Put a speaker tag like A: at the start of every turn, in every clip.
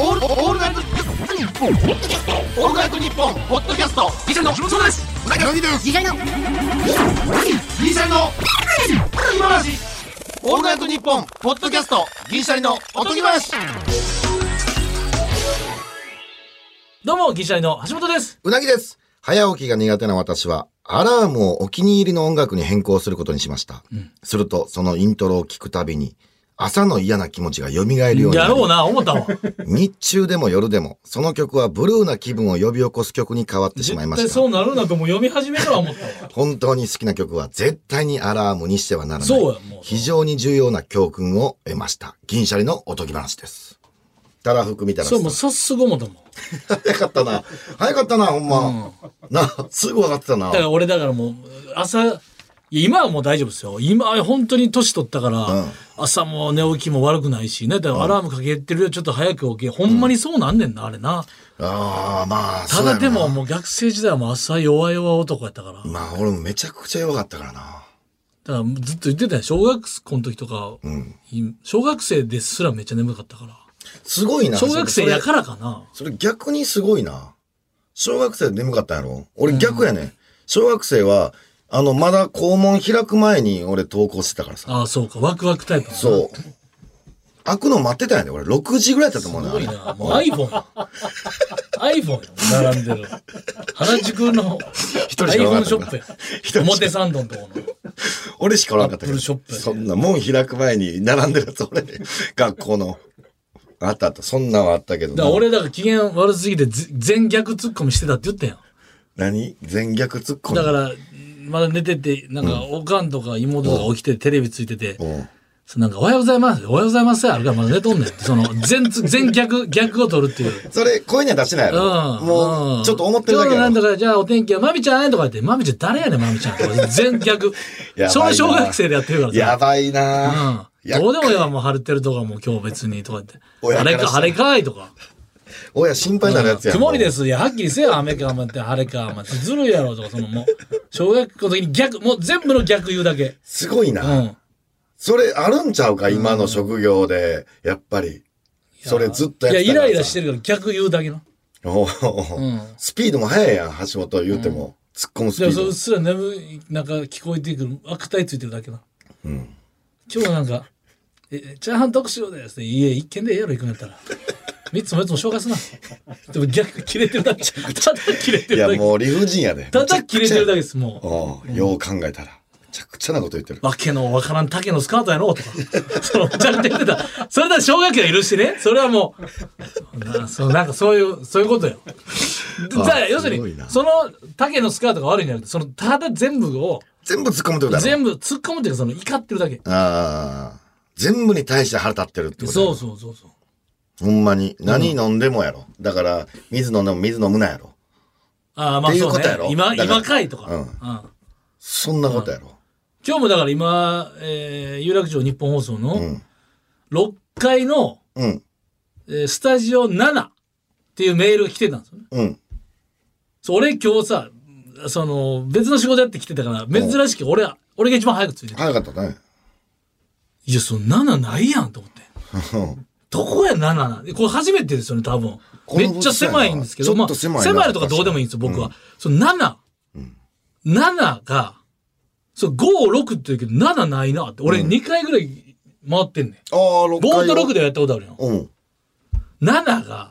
A: オールオールナイトニッポンオールナイトニッポンポッドキャストギシャリの木本そうです
B: 次回の
A: ギリシャリの今話オールナイトニッポンポッドキャストギリシャリのおとぎ話
C: どうも、ギシャリの橋本です。
D: うなぎです。早起きが苦手な私は、アラームをお気に入りの音楽に変更することにしました。すると、そのイントロを聞くたびに、朝の嫌な気持ちが蘇るようになり
C: やろうな、思ったわ。
D: 日中でも夜でも、その曲はブルーな気分を呼び起こす曲に変わってしまいまし
C: 絶対そ
D: た。
C: うなるなともう読み始めから思ったわ。
D: 本当に好きな曲は絶対にアラームにしてはならない。
C: そうやもう
D: 非常に重要な教訓を得ました。銀シャリのおとぎ話です。たらふくみたらし
C: そ
D: さ
C: うんもう早速思ったもん。
D: 早かったな。早かったな、ほんま。な、すぐ分かってたな
C: だ。から俺だからもう、朝、いや今はもう大丈夫ですよ。今、本当に年取ったから、朝も寝起きも悪くないしね。だからアラームかけてるよ、ちょっと早く起き。ほんまにそうなんねんな、あれな。
D: ああ、まあ、
C: た
D: そうやな
C: だでも、もう学生時代はもう朝弱々男やったから。だか
D: まあ俺もめちゃくちゃ弱かったからな。
C: らずっと言ってたよ。小学校の時とか、小学生ですらめっちゃ眠かったから。
D: すごいな。。
C: 小学生やかららかな。
D: それ逆にすごいな。小学生眠かったんやろ俺逆やね、ん。小学生は、あの、まだ校門開く前に俺登校してたからさ。
C: ああ、そうか。ワクワクタイプ。
D: そう。開くの待ってたんやで、俺。6時ぐらいだったと思う
C: すごい
D: ね。
C: な。もう iPhone や。iPhone や並んでる。原宿の
D: 人しかおら
C: iPhone
D: ん
C: シ
D: か
C: ョ
D: ったな
C: ップや
D: しか。
C: 表参道のところ
D: 俺しかおらんかったけ
C: ア
D: ど。
C: ップルショップやで
D: そんな、門開く前に並んでるやつ、 俺。学校の。あったあった。そんなんはあったけど
C: だ
D: な。
C: から俺、だから機嫌悪すぎてぜ全逆ツッコミしてたって言ったやん。
D: 何全逆突っ込ん
C: だから、まだ寝てて、なんか、おかんとか妹とか起きてテレビついてて、
D: うん。
C: そうなんか、おはようございます、おはようございますあるからまだ寝とんねんって。その、全つ、全逆、逆を取るっていう。
D: それ、声には出してないやろ。
C: うん。
D: もう、ちょっと思ってるだけ
C: 今
D: や
C: 日の
D: ろ
C: なんとか、じゃあお天気は、まみちゃんとか言って、まみちゃん誰やねん、まみちゃんとか。全逆
D: やばい。な
C: その小学生でやってるからさ。
D: やばいな
C: う
D: ぁ。や
C: ん。どうでもええわ、もう晴れてるとか、もう今日別にとか言って。
D: 親か
C: 晴
D: ら
C: れか、
D: したら
C: 晴れかいとか。
D: 親心配になるやつやん。。
C: 曇りですす。いや、はっきりせよ、雨か、待って、晴れか、待って、ずるいやろとか、そのもう、小学校の時に逆、もう全部の逆言うだけ。
D: すごいうな。
C: ん。
D: それあるんちゃうか、今の職業で。やっぱり。それずっと
C: い
D: や
C: や、
D: って
C: イ
D: たから
C: ラ
D: さ
C: イラしてるけど、逆言うだけの。
D: おお
C: ん
D: スピードも速いやん、橋本言うても。突っ込むスピ
C: でも、そううっ
D: ー
C: すら眠い、なんか聞こえてくる、悪態ついてるだけな。今日なんか、え、チャーハン特集ですね。いえ、一軒でええやろ、行くんやったら。三つも四つも紹介すな。でも逆、切れてるだけ。ただ切れて
D: ド。い
C: る
D: や、
C: だけ。
D: もう理不尽やで。
C: ただ切れてるだけです、もう。
D: おうよう考えたら。めちゃくちゃなこと言ってる。
C: わけのわからん竹のスカートやろとか。その、ちゃんと言ってた。それだ、小学生が許してね。それはもう、なそうなんかそういう、そういうことよ。だから要する
D: すごい
C: に、
D: な
C: その竹のスカートが悪いんじゃなくて、その、ただ全部を、
D: 全部突っ込むってことだろ。
C: 全部突っ込むっていうか、その、怒ってるだけ。
D: ああ。全部に対して腹立ってるってことだ
C: そ
D: ろ
C: うそうそうそう。
D: ほんまに。何飲んでもやろ。だから、水飲んでも水飲むなやろ。
C: ああ、まあ
D: っていう
C: そう
D: こと
C: ね
D: やろ。
C: 今、
D: だから
C: 今かいとか。
D: うん
C: うん
D: そんなことやろ。
C: 今日もだから今、えー有楽町日本放送
D: う
C: の
D: ん。
C: 6階の、
D: うん。
C: えースタジオ7っていうメールが来てたんですよね。
D: うん。
C: そう俺今日さその別の仕事やってきてたから珍しく俺は俺が一番早く着いてた
D: 早かったね。
C: いやその7ないやんと思って どこや7なこれ初めてですよね多分
D: こ
C: め
D: の
C: っちゃ狭いんですけど
D: ちょっと狭いな
C: まあ、狭いのとかどうでもいいんですよ僕は、その7、7がそう56って言うけど7ないなって俺2回ぐらい回ってんね、
D: ああ、6
C: ん、5と6でやったことあるよ
D: うん。
C: 7が、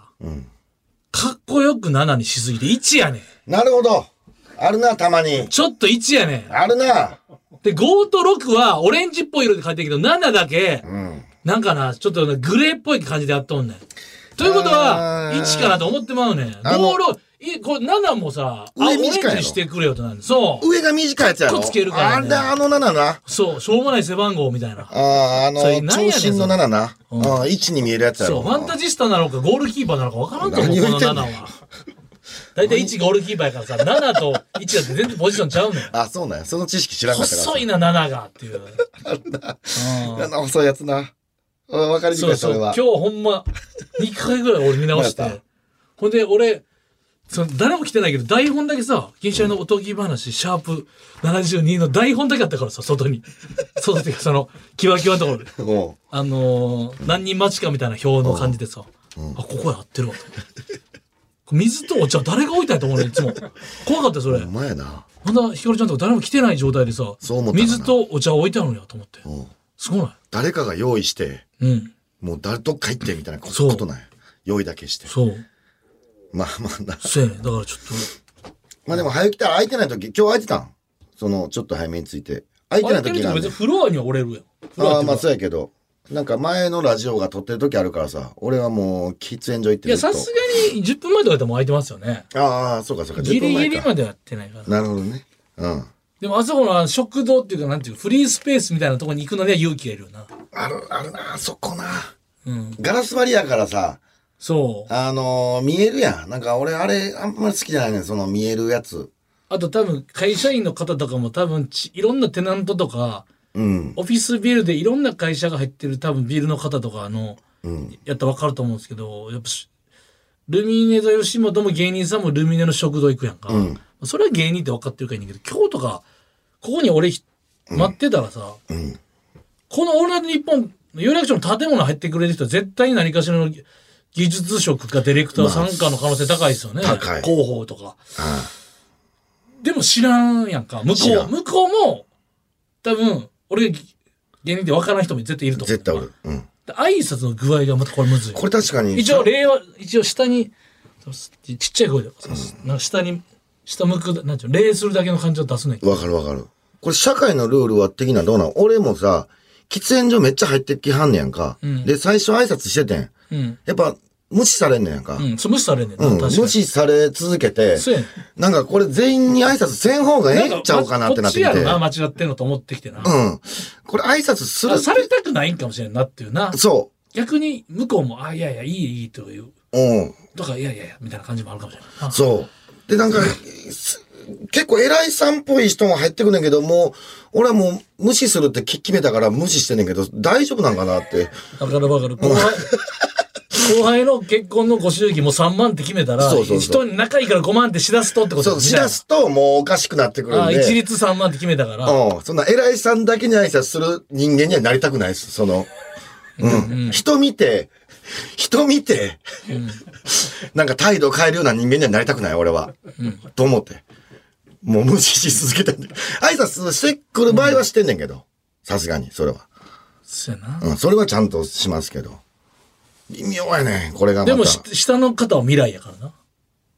C: かっこよく7にしすぎて1やねん
D: なるほど。あるな、たまに。
C: ちょっと1やねん
D: あるな。
C: で、5と6はオレンジっぽい色で書いてるけど、7だけ、
D: うん。
C: なんかな、ちょっとなグレーっぽい感じでやっとんねん。ということは、
D: あー
C: 1かなと思ってまうねん。5、
D: あの
C: 6、いこれ7もさ、あオ
D: 上
C: レンジ
D: 短いの
C: にしてくれよってなるそう。
D: 上が短いやつやろ。
C: くっつけるからね
D: あれ、あの7な。
C: そう、しょうもない背番号みたいな。
D: ああ、あの、
C: それなんやねん
D: 長身の7な。
C: ん
D: ああ、1に見えるやつや
C: そう、
D: ろ。
C: ファンタジスタなのかゴールキーパーなのかわからんと思う、
D: 何を
C: こ
D: 言
C: の
D: って
C: 7
D: んの
C: は。大体1ゴールキーパーやからさ、7と1だって全然ポジションちゃうねん。
D: あ、そうなんや。その知識知らんかったから。
C: 細いな、7がっていう。うん
D: な。細いやつな。あわかりにく
C: そう
D: い、そ
C: そう
D: れ
C: 今
D: は
C: 日。ほんま2回ぐらい俺見直し
D: どうや
C: て
D: っ
C: ほんで俺その誰も来てないけど台本だけさ「銀シャリのおとぎ話シャープ72」の台本だけあったからさ外 に外っていうかそのキワキワのところで
D: うん
C: あのー何人待ちかみたいな表の感じでさあ、ここや合ってるわと。水とお茶誰が置いたんやと思うねんいつも。怖かったよそれ。
D: お前やな。
C: まだひかるちゃんとか誰も来てない状態でさ
D: そう思っ、たらな
C: 水とお茶置いてあるんやと思って。
D: うん
C: すごな
D: 誰かが用意して、
C: いうん。
D: もう誰どっか行ってみたいなこ
C: そう
D: ことない。用意だけして。
C: そう。
D: まあまあな。
C: そうやねんだからちょっ
D: まあでも早く来たら空いてない時、今日空いてたんその、ちょっと早めについて。空い
C: と。
D: て
C: 空
D: ない
C: いて
D: 時が
C: ると
D: あ
C: か
D: る
C: 別
D: ね
C: にフロアには折れるやん。フロ
D: あ
C: ア
D: あ、
C: って
D: まあ
C: いうか
D: そうやけど。なんか前のラジオが撮ってる時あるからさ、俺はもう喫煙所行っ
C: い
D: て
C: や、
D: ずっ
C: さ
D: と
C: すがに10分前とかやったらもう空いてますよね。
D: ああ、そうかそうか。
C: ギ
D: 10分
C: リギ
D: 前
C: リ
D: か。
C: まではやってないから。
D: なるほどね。うん。
C: でもあそこの食堂っていうか、なんていうかフリースペースみたいなところに行くのには勇気がいるよな。
D: ある、あるな、あそこな。
C: うん。
D: ガラス張りやからさ、
C: そう。
D: あのー見えるやん。なんか俺、あれ、あんまり好きじゃないねんその見えるやつ。
C: あと多分、会社員の方とかも多分ち、いろんなテナントとか、
D: うん。
C: オフィスビルでいろんな会社が入ってる多分ビルの方とかの、やったら分かると思うんですけど、やっぱし、ルミネ座吉本も芸人さんもルミネの食堂行くやんか。それは芸人って分かってるからいいねんだけど、今日とか、ここに俺ひ待ってたらさ、このオールナイトニッポン、有楽町の建物入ってくれる人は絶対に何かしらの技術職かディレクター参加の可能性高いですよね。
D: まあ高い
C: 広報とか。
D: あ
C: でも知らんやんか。向
D: 知
C: こ
D: ら
C: う、
D: ん
C: 向こうも、多分、俺が芸人で分からん人も絶対いると
D: あ
C: 思う。
D: 絶対おる。うん。
C: で挨拶の具合がまたこれむずい。
D: これ確かに。
C: 一応、令和、一応下に、ちっちゃい声で、なんか下に、下向く、なんていうの、礼するだけの感じを出すねん。
D: わかるわかる。これ社会のルールは的などうなん俺もさ、喫煙所めっちゃ入ってきはんねやんか。
C: ん
D: で、最初挨拶しててん。
C: うん。
D: やっぱ、無視されんねやんか。
C: うん。そう無視されんねんな、
D: うん。
C: 確か
D: 無
C: に。
D: 視され続けて、
C: そうやねん。
D: なんかこれ全員に挨拶せん方がええんちゃうかなってなってきて。
C: こっちやろな、
D: う
C: 間違ってんのと思ってきてな。
D: ん。これ挨拶する
C: あ。されたくないんかもしれんなっていうな。
D: そ
C: 逆に、向こうも、あ、いやいや、いいいいという。
D: う。うん。
C: とか、いやいやいや、みたいな感じもあるかもしれないな。
D: そう。で、なんか、す結構偉いさんっぽい人も入ってくんねんけど、もう、俺はもう無視するってき決めたから無視してんねんけど、大丈夫なんかなって。
C: わかるわかる。後輩、後輩の結婚のご祝儀も3万って決めたら、
D: そうそうそう
C: 人に仲いいから5万ってしだすとってこと
D: そう、しだすともうおかしくなってくるん
C: あ
D: で。
C: 一律3万って決めたから、
D: うん。そんな偉いさんだけに挨拶する人間にはなりたくないです。その、うん。人見て、人見て、なんか態度変えるような人間にはなりたくない、俺は。と思って。もう無視し続けてんで。挨拶してくる場合はしてんねんけど。さすがに、それは。
C: そうやな。
D: うん。それはちゃんとしますけど。微妙やねん、これがまた。
C: でもし、下の方は未来やからな。
D: でも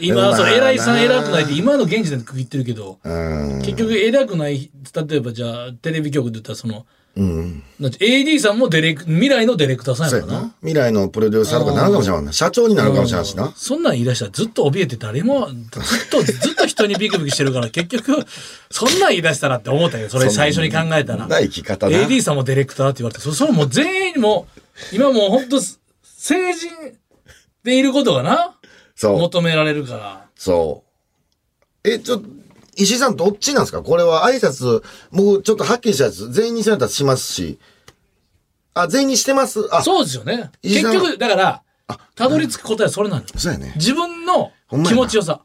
C: 今、
D: まあ
C: その偉いさん
D: な
C: 偉くないって、今の現時点で区切ってるけど、
D: うん。
C: 結局偉くない、例えばじゃあ、テレビ局で言ったらその、
D: うん。
C: なんて AD さんもディレク未来のディレクターさん
D: そう
C: や
D: や
C: からな。
D: な。未来のプロデューサーとかなるかもしれんな。社長になるかもしれんしな。
C: そんなん言い出したらずっと怯えて誰も、ずっと、ずっと人にビクビクしてるから、結局、そんなん言い出したらって思ったよ。それ最初に考えたら。
D: ない生き方な。
C: AD さんもディレクターって言われて、そそれもう全員もう、今もう本当成人でいることがな、
D: そう。
C: 求められるから。
D: そう。え、ちょ、石井さんどっちなんですかこれは挨拶、僕ちょっとはっきりしたやつ、全員にしなったらしますし。あ、全員にしてます。あ、う。
C: そうですよね。
D: いい
C: 結
D: な
C: 局、だから、たどり着く答えはそれなのよ。
D: そうやね。
C: 自分の
D: ほんまや
C: 気
D: な
C: 持ちよさ。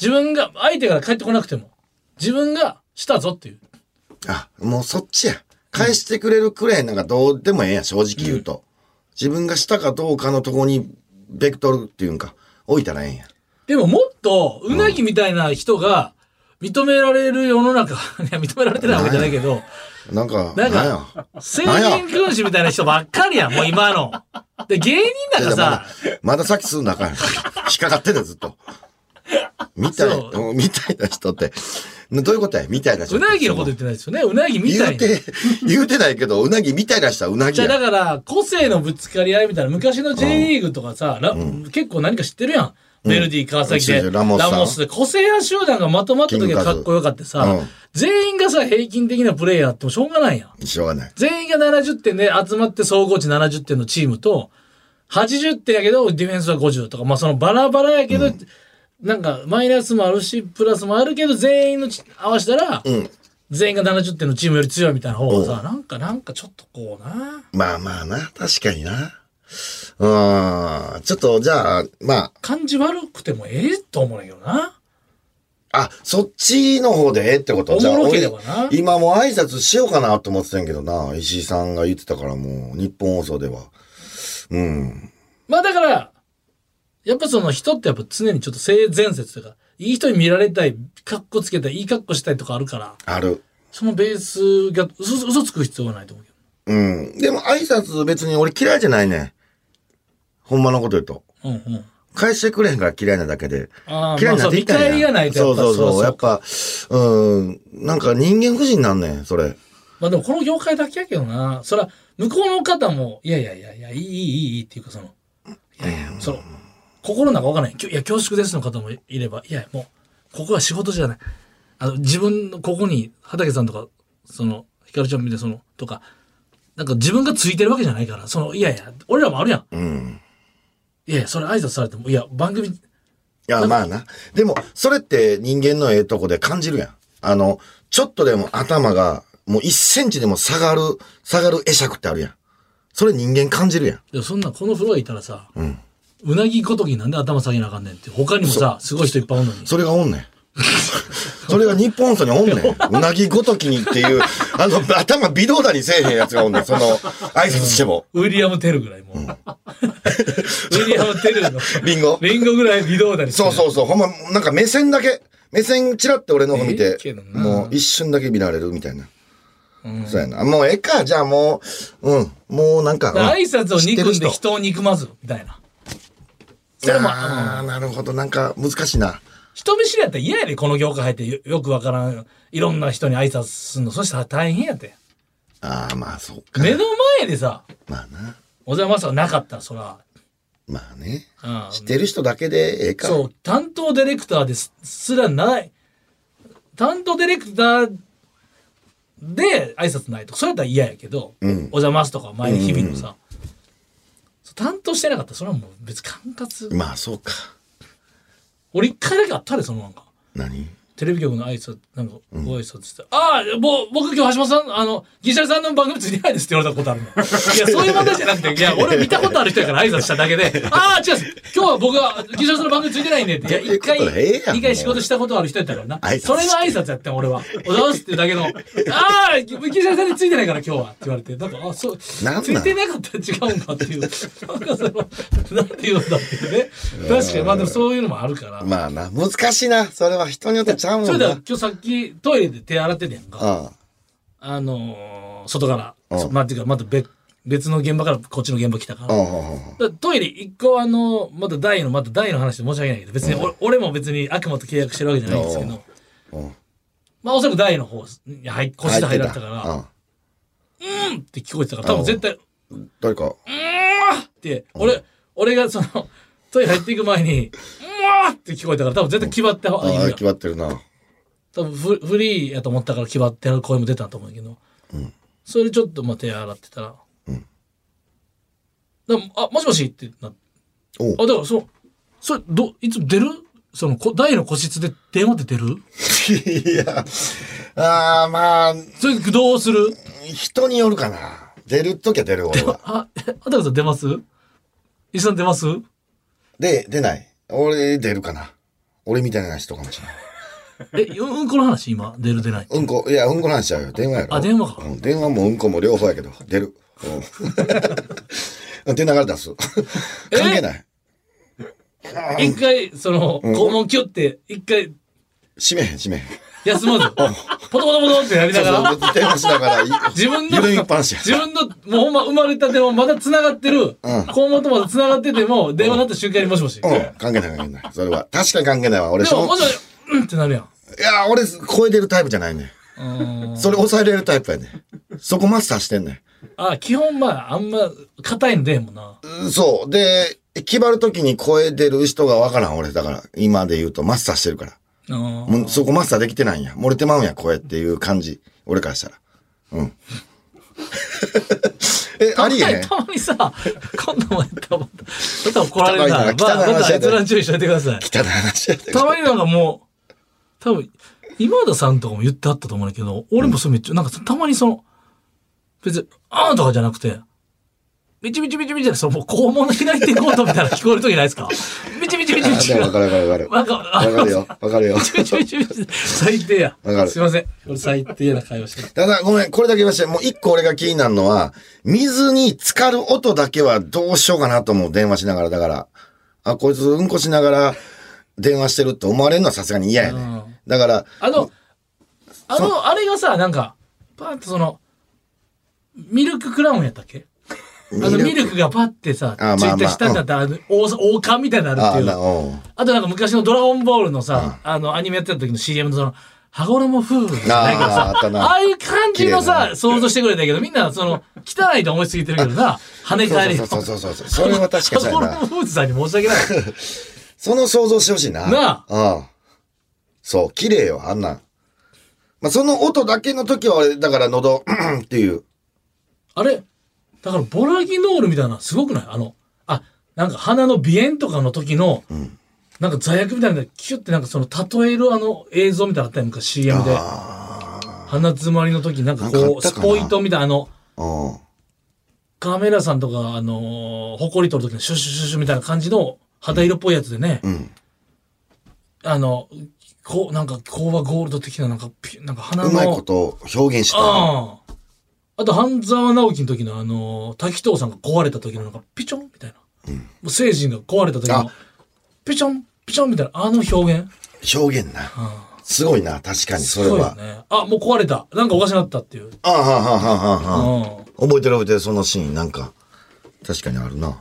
C: 自分が、相手から帰ってこなくても、自分がしたぞっていう。
D: あ、もうそっちや。返してくれるくらいなんかどうでもええやん、正直言うと。自分がしたかどうかのとこに、ベクトルっていうんか、置いたらええんや。
C: でももっと、うなぎみたいな人が、認められる世の中、 いや、認められてないわけじゃないけど、
D: なんか、
C: なん
D: なん
C: か
D: や、
C: 成人君子みたいな人ばっかりやん、もう今の。で、芸人だからさ、
D: まださっきすんなあ かん。引っかかってんだよ、ずっと。みたい、
C: そ
D: みたいな人って。どういうことやみたいな人
C: う
D: って。
C: なぎのこと言ってないですよね。うなぎみた
D: 言
C: いうな。
D: て、言うてないけど、うなぎみたいな人はうなぎ
C: じゃあ
D: や。
C: だから、個性のぶつかり合いみたいな、昔の J リーグとかさ、ラ結構何か知ってるやん。ベルディ、川崎
D: 知っ
C: で、
D: てるラモスさん
C: で、個性派集団がまとまった時
D: キン
C: は
D: グカ
C: か
D: ズ
C: っこよかってさ、
D: うん
C: 全員がさ、平均的なプレイヤーあってもしょうがないやん。
D: しょうがない。
C: 全員が70点で集まって総合値70点のチームと、80点やけどディフェンスは50とか、まあそのバラバラやけど、なんかマイナスもあるし、プラスもあるけど、全員のち合わせたら、
D: うん。
C: 全員が70点のチームより強いみたいな方が
D: お
C: さ、なんかなんかちょっとこうな、
D: まあまあな、確かにな。うーん。ちょっと、じゃあ、ま
C: 感じ悪くてもええと思うんやけどな。
D: あ、あ、そっちの方でええってこと
C: お
D: じゃあ、
C: もろけ
D: 俺
C: ればな、
D: 今もう挨拶しようかなと思ってたんやけどな、石井さんが言ってたからもう、日本放送では。うん。
C: まあだから、やっぱその人ってやっぱ常にちょっと性善説というか、いい人に見られたい、かっこつけたい、いい格好したいとかあるから、
D: ある。
C: そのベースが嘘嘘つく必要はないと思うけ
D: うん。でも挨拶別に俺嫌いじゃないねん。ほんまのこと言うと。
C: ど。うんうん。
D: 返してくれへんから嫌いなだけで。
C: ああ、
D: 嫌いに
C: ま
D: なっ
C: あそう、
D: てい
C: 見
D: ったんや。
C: 返りがないとや
D: そ
C: っ
D: う
C: ぱ
D: そうそう。や
C: や
D: っぱ、うん、なんか人間不信なんねん、それ。
C: まあでもこの業界だけやけどな。そら、向こうの方も、いやいやいやいや、いいいいいいっていうかその、いやいや、その、心の中わからない。きょいや、恐縮ですの方もいれば、いや、もう、ここは仕事じゃない。あの、自分の、ここに、畑さんとか、その、ひかるちゃん見て、その、とか、なんか自分がついてるわけじゃないから、その、いやいや、俺らもあるやん。
D: うん。
C: いやいや、それ挨拶されても、いや、番組、
D: いや、まあな。でも、それって人間のええとこで感じるやん。あの、ちょっとでも頭が、もう1センチでも下がる、下がる会釈ってあるやん。それ人間感じるやん。
C: いやそんな、このフロアいたらさ、うんなぎごときなんで頭下げなあかんねんって、他にもさ、すごい人いっぱいおんのに。
D: それがおんねん。 それが日本層におんねん。うなぎごときにっていう、あの、頭微動だにせえへんやつがおんねん。その、挨拶して も。
C: ウィリアム・テルぐらいもう。ウィリアム・テルの。
D: リンゴ
C: リンゴぐらい微動だに。
D: そうそううそう。ほんま、なんか目線だけ、目線チラって俺の方見
C: ええ
D: て
C: けど、な
D: もう一瞬だけ見られるみたいな。そうやな。もうええか、じゃあもう、うん、もうなんか。うん
C: 挨拶を憎
D: 知
C: ん
D: って
C: で
D: る人
C: 人を憎まず、みたいな。それも、あの
D: ああ、なるほど。なんか難しいな。
C: 人見知りやったら嫌やで、この業界入ってよよくわからん。いろんな人に挨拶すんの。そしたら大変やって。
D: ああ、まあそうか。
C: 目の前でさ、
D: まあな。
C: お邪魔さなかったら、そら。
D: まあね。
C: うん
D: 知ってる人だけでええか。
C: そう、担当ディレクターですすらない。担当ディレクターで挨拶ないとか、それやったら嫌やけど、お邪魔すとか前の日々のさ、そう担当してなかったら、それはもう別に管轄。
D: まあそうか。
C: 俺一回だけあったで、そのなんか。
D: 何
C: テレビ局の挨拶、なんか、ご挨拶して、ああ、もう、僕今日橋本さん、あの、銀シャリさんの番組ついてないですって言われたことあ るの。いや、そういう問題じゃなくて、いや、俺見たことある人やから挨拶しただけで、ああ、違うです。今日は僕は銀シャリさんの番組ついてないんでって、いや、一回、
D: ええことええやん
C: 一回仕事したことある人やったからな
D: 挨拶。
C: それの挨拶やってん、俺は。おざますってだけの、ああ、銀シャリさんについてないから今日はって言われて、なんか、あ、そう、つ
D: なんなん
C: いてなかったら違うんかっていう、なんかその、なんて言うんだっていうね。確かに、まあでもそういうのもあるから。
D: まあな。難しいな。それは人によってちゃうも
C: そ
D: ん
C: れでは
D: な。
C: 今日さっきトイレで手洗ってたやんか。
D: あ
C: あのー外から、
D: うん
C: そまあ、っていうか、また別、別の現場からこっちの現場来たから。
D: あ。う
C: だか
D: んうんうん
C: らトイレ一個あのーまた大の、また大の話で申し訳ないけど、別に俺,、俺も別に悪魔と契約してるわけじゃないんですけど、
D: うんうん
C: まあおそらく大の方に入っ、個室入られたから、
D: う
C: うんって聞こえてたから、多分絶対、
D: 誰か。
C: って、俺、俺がその、トイレ入っていく前に、うわーって聞こえたから、多分絶対決まって、
D: ああ、
C: 今
D: 決まってるな。
C: 多分フフリーやと思ったから決まってる声も出たと思うけど、それでちょっとまあ手洗ってたら「だからあもしもし」ってなって
D: おう
C: あだからそうそれどいつ出るそのこ大の個室で電話って出る
D: いや、ああ、まあ、
C: それどうする
D: 人によるかな。出るときは出る、俺は。
C: あえあたかさん出ます石さん出ます
D: で、出ない。俺、出るかな。俺みたいな人かもしれない。
C: えうんうんこの話今出る出ない
D: うんこ、いや、うんこの話しちゃうよ。電話やろ。
C: あ電話か
D: うん、電話もうんこも両方やけど、出る。うん。出ながら出す。
C: え
D: 関係ない。
C: 一回その肛門キュって一回
D: 閉めへん、閉めへん。
C: 休まずポトポトポトってやり
D: そ
C: な
D: う
C: がら
D: そう、電話しながらい、
C: 自分の
D: 緩みっぱなしや。
C: 自分の、もうほんま生まれたてもまだ繋がってる、肛門とまだ繋がってても、電話になった瞬間にもしもし。
D: うん、関係ない、関係ない。それは。確かに関係ないわ。俺、
C: でも、
D: そ
C: もし
D: の
C: もし、うんってなるやん。
D: いや、俺、声出るタイプじゃないね。それ抑えれるタイプやね。そこマスターしてんね。
C: あ、基本まあ、あんま、硬いんでえもんな。
D: うんそう。で、決まるときに声出る人がわからん、俺。だから、今で言うとマスターしてるから。
C: うん
D: もうそこマスターできてないんや。漏れてまうんや、声っていう感じ。俺からしたら。うん。 え、ありえへん。
C: たまにさ、今度もやったらまた、また怒られるな。
D: 汚
C: まあ、ま
D: いな汚い話
C: た
D: やで
C: 閲覧注意しといてください。
D: 汚い話やで。
C: たまになんかもう、多分、今田さんとかも言ってあったと思うんだけど、俺もそれめっちゃ、なんかたまにその、別に、あーとかじゃなくて、ビチビチビチビチで、そのもう肛門の開いていこうとみたいな聞こえる時ないですかビチチビチビチビ
D: あ
C: チ
D: で
C: ビ
D: も分かる分かる分
C: わ
D: か
C: か
D: る。
C: る
D: 分かるよ。分かるよ。
C: 最低や
D: わかる
C: すいませんこれ最低な会話してる
D: ただ、ごめん、これだけ言わせて、もう一個俺が気になるのは、水に浸かる音だけはどうしようかなと思う、電話しながら。だから、あ、こいつうんこしながら電話してるって思われるのはさすがに嫌やね。だから、
C: あのあのあれがさなんかパーンとそのミルククラウンやったっけあのミルクがパッてさ
D: あまあ
C: つ
D: まあ
C: いて下になったあの王さ王冠みたいになるって
D: あ
C: いう
D: なうん
C: あとなんか昔のドラゴンボールのさ、あのアニメやってた時の CM のその、羽衣夫婦じゃないけど
D: あー
C: さ
D: あった、な
C: ああいう感じの
D: 綺麗
C: さ、想像してくれたけど、みんなその、汚いと思いすぎてるけどな、跳ね返り。
D: そうそうそうそうそう。それは確かにそうや
C: 羽
D: な
C: 衣。夫婦さんに申し訳ない。
D: その想像してほしいな。
C: な
D: あ。うん。そう、綺麗よ、あんなん。まあ、その音だけの時は俺、だから喉、うんっていう。
C: あれだからボラギノールみたいな、すごくないあの、あ、なんか鼻の鼻炎とかの時の、なんか座薬みたいなのでキュッてなんかその例えるあの映像みたいなのあったやんか CM で。鼻詰まりの時なんか
D: なんか
C: こ
D: あっ
C: う、
D: た
C: ス
D: かな
C: ポイトみたいなあの、
D: うん。
C: カメラさんとか、あのー、ほこり取るときのシュッシュッシュッシュみたいな感じの肌色っぽいやつでね、
D: うん。
C: あの、こう、なんか、こうはゴールド的な、なんか、ピュなんか鼻の。
D: うまいことを表現したな。
C: ああ。あと、半沢直樹の時の、あのー、滝藤さんが壊れた時の、なんか、ピチョンみたいな。もう成人が壊れた時
D: あ
C: の、ピチョン、ピチョンみたいな、あの表現。
D: 表現な。すごいな、確かに、それ
C: そうよ
D: は。
C: ね。あ、もう壊れた。なんかおかしなったっていう。
D: ああ、はあ、はあ、はあ、はあ。
C: うん。
D: 覚えてる覚えてる、そのシーン、なんか、確かにあるな。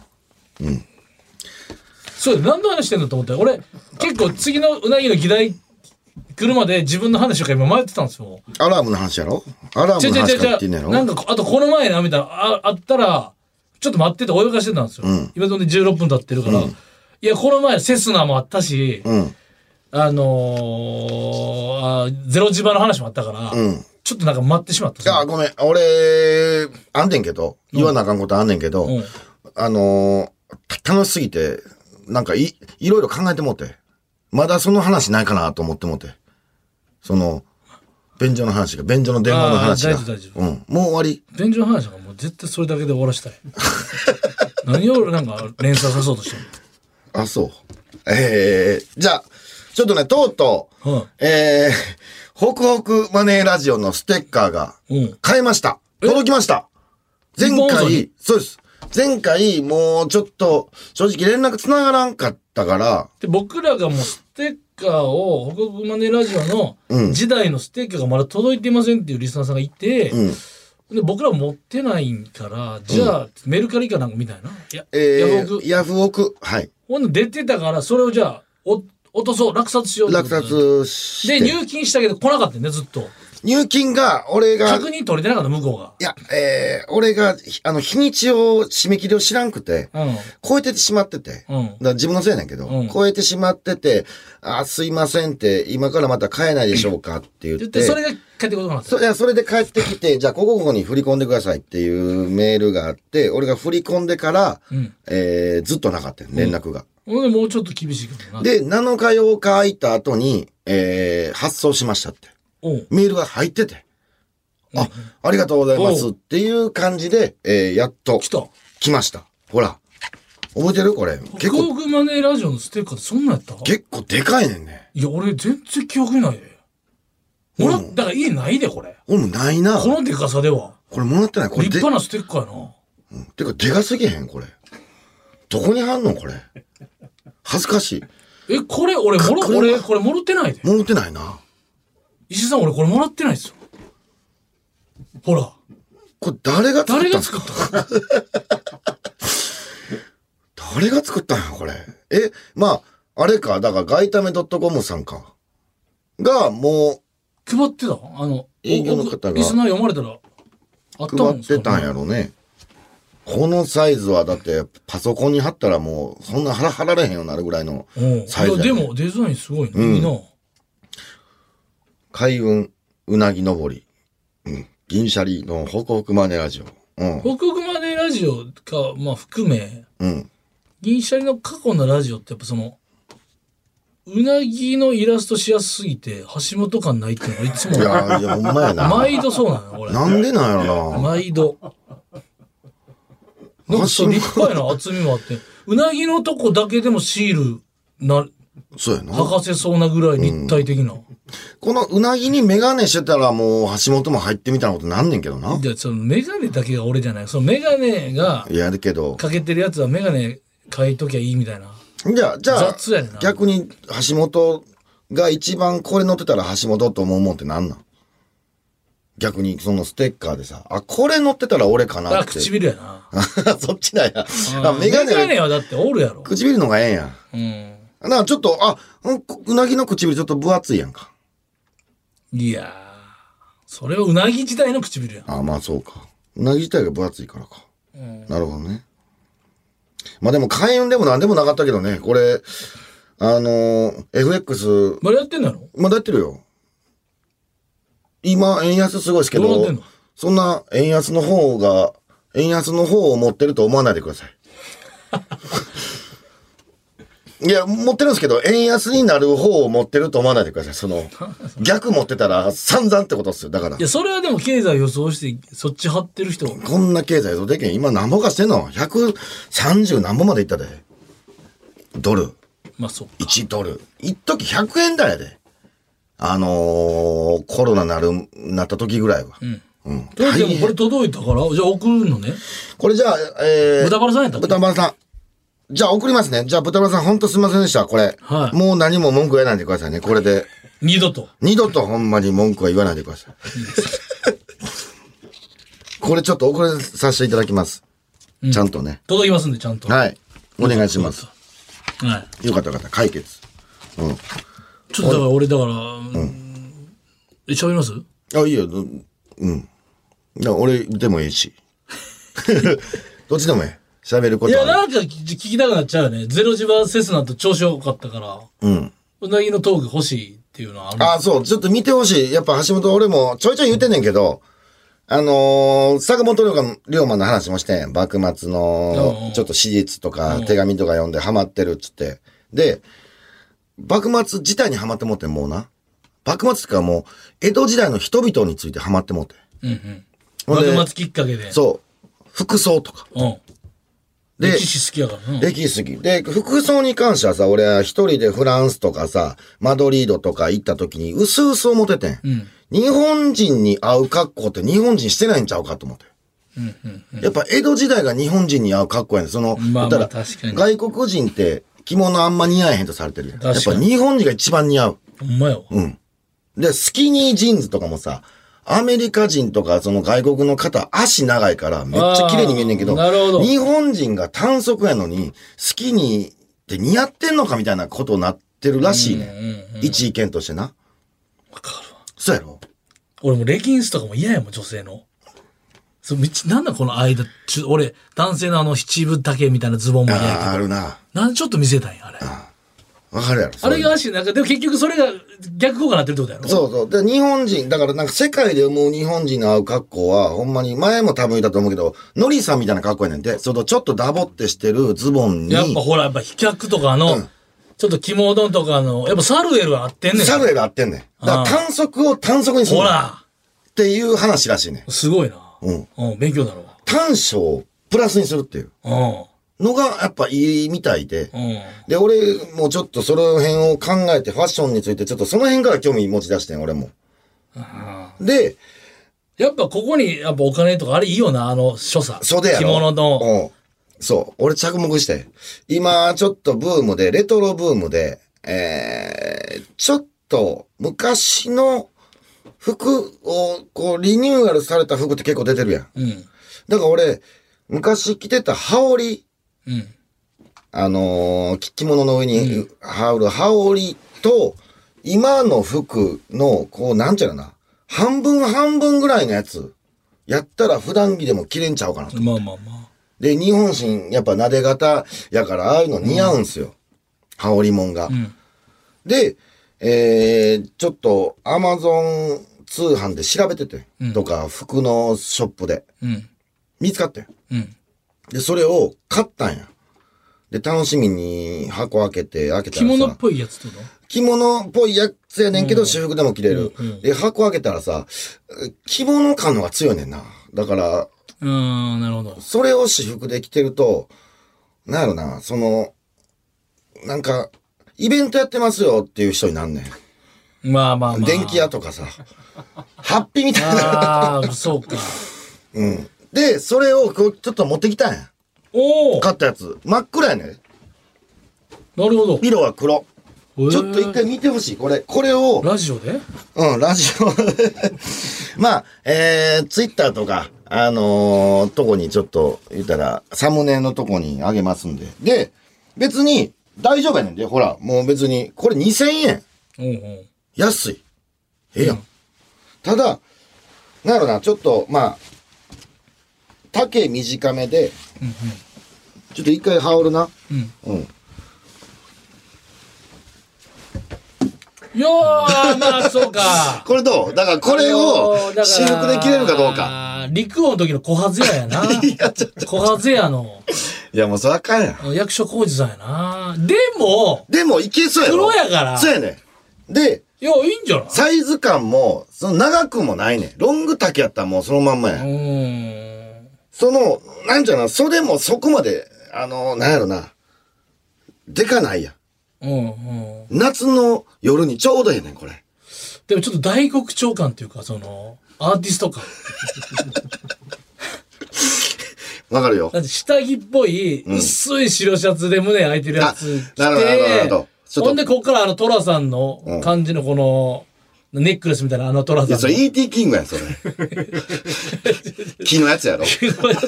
C: そうだ何の話してんだと思って俺結構次のうなぎの議題来るまで自分の話とか今迷ってたんですよ
D: アラームの話やろアラー
C: ち
D: ム
C: ょ
D: の
C: ち
D: 話
C: ょちょ
D: か言って
C: ち
D: んね
C: ょ
D: や
C: なん
D: ろ
C: かこあとこの前なみたいなああったらちょっと待っててお湯かしてたんですよ、今でもね16分経ってるから、いやこの前セスナもあったし、
D: うん。
C: あのー、あゼロ地場の話もあったから、
D: うん。
C: ちょっとなんか待ってしまったんです
D: いや、
C: よ
D: ごめん。俺、あんねんけど、言わなあかんことあんねんけど、
C: うん
D: あのーた楽しすぎて、なんかい、いろいろ考えてもうて。まだその話ないかなと思ってもうて。その、便所の話が、便所の電話の話が。
C: あー大丈夫
D: うん。もう終わり。
C: 便所の話なんかもう絶対それだけで終わらしたい 何をなんか連鎖さそうとしてる
D: あ、そう。えー、じゃあ、ちょっとね、とうとう、
C: の、
D: えー、ホクホクマネーラジオのステッカーが
C: うんうん、
D: 買えました。届きました。前
C: 日本放送
D: 回
C: に、
D: そうです。前回、もうちょっと、正直連絡繋がらんかったから、
C: で僕らがもうステッカーを北国マネラジオ
D: うん
C: の時代のステッカーがまだ届いていませんっていうリスナーさんがいて、
D: うん。
C: で僕ら持ってないからじゃあ、メルカリかなんかみたいな。いや
D: え
C: ヤフオ
D: ー、
C: ク
D: ヤフオク、はい。
C: ほんの出てたからそれをじゃあお落とそう落札しようってこ
D: 落
C: とで
D: 札し
C: で
D: て。
C: 入金したけど来なかったよねずっと
D: 入金が、俺が、
C: 確
D: い
C: 認取れてなかった向こ
D: や、えー、俺が、ひあの、日にちを、締め切りを知らんくて、
C: うが
D: 超えててしまってて。
C: うんうん
D: だから自分のせいなんやけど、
C: うん
D: 超えてしまってて、あ、すいませんって、今からまた買えないでしょうかって言っ、
C: 言っててそれが帰ってこなかった
D: そいやそれで帰ってきて、じゃあ、ここここに振り込んでくださいっていうメールがあって、俺が振り込んでから、
C: うん
D: えー、ずっとなかったよ、連絡が。
C: ほんでもうちょっと厳しいけどな
D: で、7日8日空いた後に、えー、発送しましたって。
C: おう
D: メールが入ってて、
C: う
D: あ
C: ん、
D: ありがとうございますっていう感じで、えー、やっと
C: 来た
D: 来ました。ほら、覚えてるこれ。結
C: 北
D: 構、
C: 国マネラジオのステッカーってそんなんやった
D: 結構でかいねんね。
C: いや、俺全然記憶にないで。もらっ
D: うん
C: だから家ないで、これ。
D: 俺もないな。
C: このデカさでは。
D: これもらってない。これ
C: 立
D: で、
C: 派なステッカーやな。
D: てかでかすぎへんこれ。どこに貼んのこれ。恥ずかしい。
C: え、これ俺も
D: かっこい
C: ろ、
D: い
C: 俺、これもらってないで。
D: もらってないな。
C: 石井さん、俺これもらってないですよ。ほら、
D: これ誰が作
C: 誰
D: ったん
C: が
D: す
C: 作
D: か
C: ったの
D: 誰が作ったんやこれ。え、まあ、あれか。だから、ガイタメ .com さんか。が、も
C: 配ってたあの、
D: 営業の方が
C: リスナー読まれたら、あっ
D: う、
C: たも
D: 配
C: ん
D: ってたんや
C: ろ。
D: ろね。このサイズは、だって、パソコンに貼ったらもう、そんな腹貼られへんようになるぐらいの
C: うん。い
D: サイズ
C: や、
D: やね
C: でもデザインすごいね。
D: うん
C: いいな。
D: 海運、うなぎ登り、うん、銀シャリのホクホクマネラジオ。うん、
C: 北国マネラジオか、まあ含め、
D: うん、
C: 銀シャリの過去のラジオってやっぱそのうなぎのイラストしやすすぎて橋本感ないっていうのがいつも
D: いや、いや、ほんまやな。
C: 毎度そうなの俺
D: なんでなんやろな。
C: 毎度なんかそ
D: 橋本
C: う立派やな厚みもあってうなぎのとこだけでもシールな、
D: そうやな。
C: 吐かせそうなぐらい立体的な。
D: このうなぎにメガネしてたらもう橋本も入ってみたいなことなんねんけどな。
C: じゃあそのメガネだけが俺じゃない。そのメガネが
D: いやるけど。
C: かけてるやつはメガネ変えときゃいいみたいな。
D: じゃあ、じゃあ
C: 雑やねんな、
D: 逆に橋本が一番これ乗ってたら橋本と思うもんってなんなん逆にそのステッカーでさ、あ、これ乗ってたら俺かな
C: あ、
D: って。
C: 唇やな。
D: そっちだよ。あ、
C: うん
D: メガネより
C: はだっておるやろ。
D: 唇の方がええんや。
C: うん。
D: だからちょっと、あ、うんうなぎの唇ちょっと分厚いやんか。
C: いやー、それはうなぎ時代の唇やん。
D: あ、まあそうか。うなぎ自体が分厚いからか。なるほどね。まあでも開運でも何でもなかったけどね、これ、あのー FX、
C: まだやってんだろ
D: まだやってるよ。今、円安すごいですけ
C: どうなって
D: ど
C: んの、
D: そんな円安の方が、円安の方を持ってると思わないでくだ さい。いや、持ってるんですけど、円安になる方を持ってると思わないでください。そ の、逆持ってたら散々ってことですよ。だから
C: いや、。それはでも経済予想して、そっち張ってる人。
D: こんな経済とでけん、今何ぼかしてんの ?130 何ぼまでいったで。ドル。
C: まあそう。
D: 1ドル。一時100円台やで。あのー、コロナなる、なった時ぐらいは。うん。
C: え
D: 大
C: でもこれ
D: 変
C: 届いたから、じゃあ送るのね。
D: これじゃあ、えー、
C: 豚バラさんやったっけ
D: 豚バラさん。じゃあ送りますね。じゃあ豚バラさん、ほんとすいませんでした。これ。
C: はい
D: もう何も文句言わないでくださいね。これで。
C: 二度と。
D: 二度とほんまに文句は言わないでくだ さい。これちょっと送らさせていただきます。ちゃんとね。
C: 届きますんで、ちゃんと。は
D: はい。お願いします。
C: い。
D: よかったよかった。解決。
C: ちょっとだから俺、だから、うん。え、喋ります
D: あ、いいよ。どうん。な俺でもいいし。 どっちでもいい。喋るこ
C: い
D: と
C: や、
D: は。
C: なんか聞きたくなっちゃうよね。ゼロジバセスナと調子良かったから、
D: うん。
C: うなぎのトーク欲しいっていうのはある。
D: あ、そう。ちょっと見てほしい。やっぱ橋本、俺もちょいちょい言ってんねんけど、あのー坂本龍馬龍馬の話もしてん。幕末
C: うんう
D: の
C: ん、
D: ちょっと史実とか、手紙とか読んでハマってるっつって。で、幕末自体にハマってもってんもうな。幕末ってかもう、江戸時代の人々についてハマってもってん。
C: うんうん。
D: ほんで
C: 幕末きっかけで。
D: そう。服装とか。
C: うん。
D: で
C: 歴史好きやからな。
D: 歴史好き。で、服装に関してはさ、俺は一人でフランスとかさ、マドリードとか行った時に、うすうす思っててん。
C: うん。
D: 日本人に合う格好って日本人してないんちゃうかと思って。
C: うんうん。
D: やっぱ江戸時代が日本人に合う格好やねん。その、
C: まあまあ
D: 言ったら
C: 確かに
D: 外国人って着物あんま似合えへんとされてるやん。やっ
C: 確か
D: ぱ
C: に
D: 日本人が一番似合う。
C: ほんまよ。
D: うん。で、スキニージーンズとかもさ、アメリカ人とかその外国の方、足長いからめっちゃ綺麗に見えんねんけど、
C: あーなるほど
D: 日本人が短足やのに、スキニーって似合ってんのかみたいなことになってるらしいね。
C: うんうんんうん。
D: 一意見としてな。
C: わかるわ。
D: そうやろ
C: 俺もうレギンスとかも嫌やもん、女性の。そう、みち、なんだこの間、ちゅ俺、男性のあの七分丈みたいなズボンも嫌やけ
D: ああ、あるな。
C: ど。なんでちょっと見せたいんやあれ。
D: わかるやろ。そ
C: あ
D: うい
C: れ
D: う
C: が足、なんか、でも結局それが逆効果になってるってことやろ
D: そうそう。で、日本人、だからなんか世界で思う日本人の合う格好は、ほんまに、前も多分言ったと思うけど、ノリさんみたいな格好やねんで、そのちょっとダボってしてるズボンに、
C: やっぱほら、やっぱ飛脚とかの、
D: うん
C: ちょっと肝うどんとかの、やっぱサルエルは合ってんねん。
D: サルエル合ってんねん。だから短足を短足にする
C: ほ
D: のっ
C: ら、
D: ていう話らしいねん。
C: すごいな。
D: うん。
C: うん、勉強だろう
D: 短所をプラスにするっていう
C: わ。
D: のがやっぱいいみたいで。
C: うん。うん。
D: で、俺もちょっとその辺を考えてファッションについてちょっとその辺から興味持ち出してん、俺も。で、
C: やっぱここに、やっぱお金とか、あれいいよな、あの所作。
D: 袖やろ
C: 着物の。
D: うん。そう。俺着目して。今、ちょっとブームで、レトロブームで、えー、ちょっと昔の服を、こう、リニューアルされた服って結構出てるやん。
C: うん。
D: だから俺、昔着てた羽織、
C: うん。
D: あのー着着物の上に羽織る羽織と、今の服の、こう、なんちゃらな、半分半分ぐらいのやつ、やったら普段着でも着れんちゃうかなと。
C: まあまあま
D: で、日本人、やっぱ撫で型やから、ああいうの似合うんすよ。羽織もんが。
C: あ。うん。
D: で、えー、ちょっと、アマゾン通販で調べてて、とか、服のショップで、
C: うん。
D: 見つかってん。
C: うん。
D: で、それを買ったんや。で、楽しみに箱開けて、開けた
C: 着
D: らさ
C: 物っぽいやつってこと
D: 着物っぽいやつやねんけど、私服でも着れる。
C: うんうん
D: で、箱開けたらさ、着物感の方が強いねんな。だから、
C: うーん、なるほど。
D: それを私服で着てると、なんやろな、その、なんか、イベントやってますよっていう人になんねん。
C: まあまあまあ。
D: 電気屋とかさ、ハッピーみたいな。
C: ああ、そうか。
D: うん。で、それをこうちょっと持ってきたんや。
C: おおな
D: 買ったやつ。真っ暗やね。
C: るほど。
D: 色は黒。
C: ちょ
D: ちょっと一回見てほしい。これ、これを、
C: ラジオで
D: うん、ラジオ。 まあ、えー、ツイッターとか、あのーとこにちょっと、言ったら、サムネのとこにあげますんで。で、別に、大丈夫やねんで、ほら、もう別に、これ2000円。
C: うんうん。
D: 安い。ええやん。ただ、なんやろな、ちょっと、まあ、丈短めで、
C: うん
D: ちょっと一回羽織るな。
C: うん。うん
D: うん。
C: よー、まあそうか。
D: これどうだからこれを
C: あのーだから
D: 私服で着れるかどうか。
C: 陸王の時の小ハゼ屋 やな。小ハゼ屋の
D: いや、もうそれあかんやん。
C: 役所広司さんやな。でも、
D: でもいけそうやろ。
C: 黒やから
D: そうやねん。で、
C: いや、いいんじゃない
D: サイズ感も、その長くもないねん。ロング丈やったらもうそのまんまや
C: う。ーん。
D: その、なんじゃな、袖もそこまで、あの、なんやろな。でかないやん。
C: うんうん。
D: 夏の夜にちょうどやねん、これ。
C: でもちょっと大黒長感っていうか、その、アーティスト感。
D: わかるよ。
C: だって下着っぽい、薄い白シャツで胸開いてるやつ着て、
D: あなるほどなるほどなるほどちょっと
C: ほんでこっからあのトラさん
D: う
C: の
D: ん
C: 感じのこの、ネックレスみたいなあのトラ
D: い
C: さ
D: や、
C: ん
D: そ
C: の。
D: れ E.T. キングやん、 それ。木のやつやろ。い
C: のやつの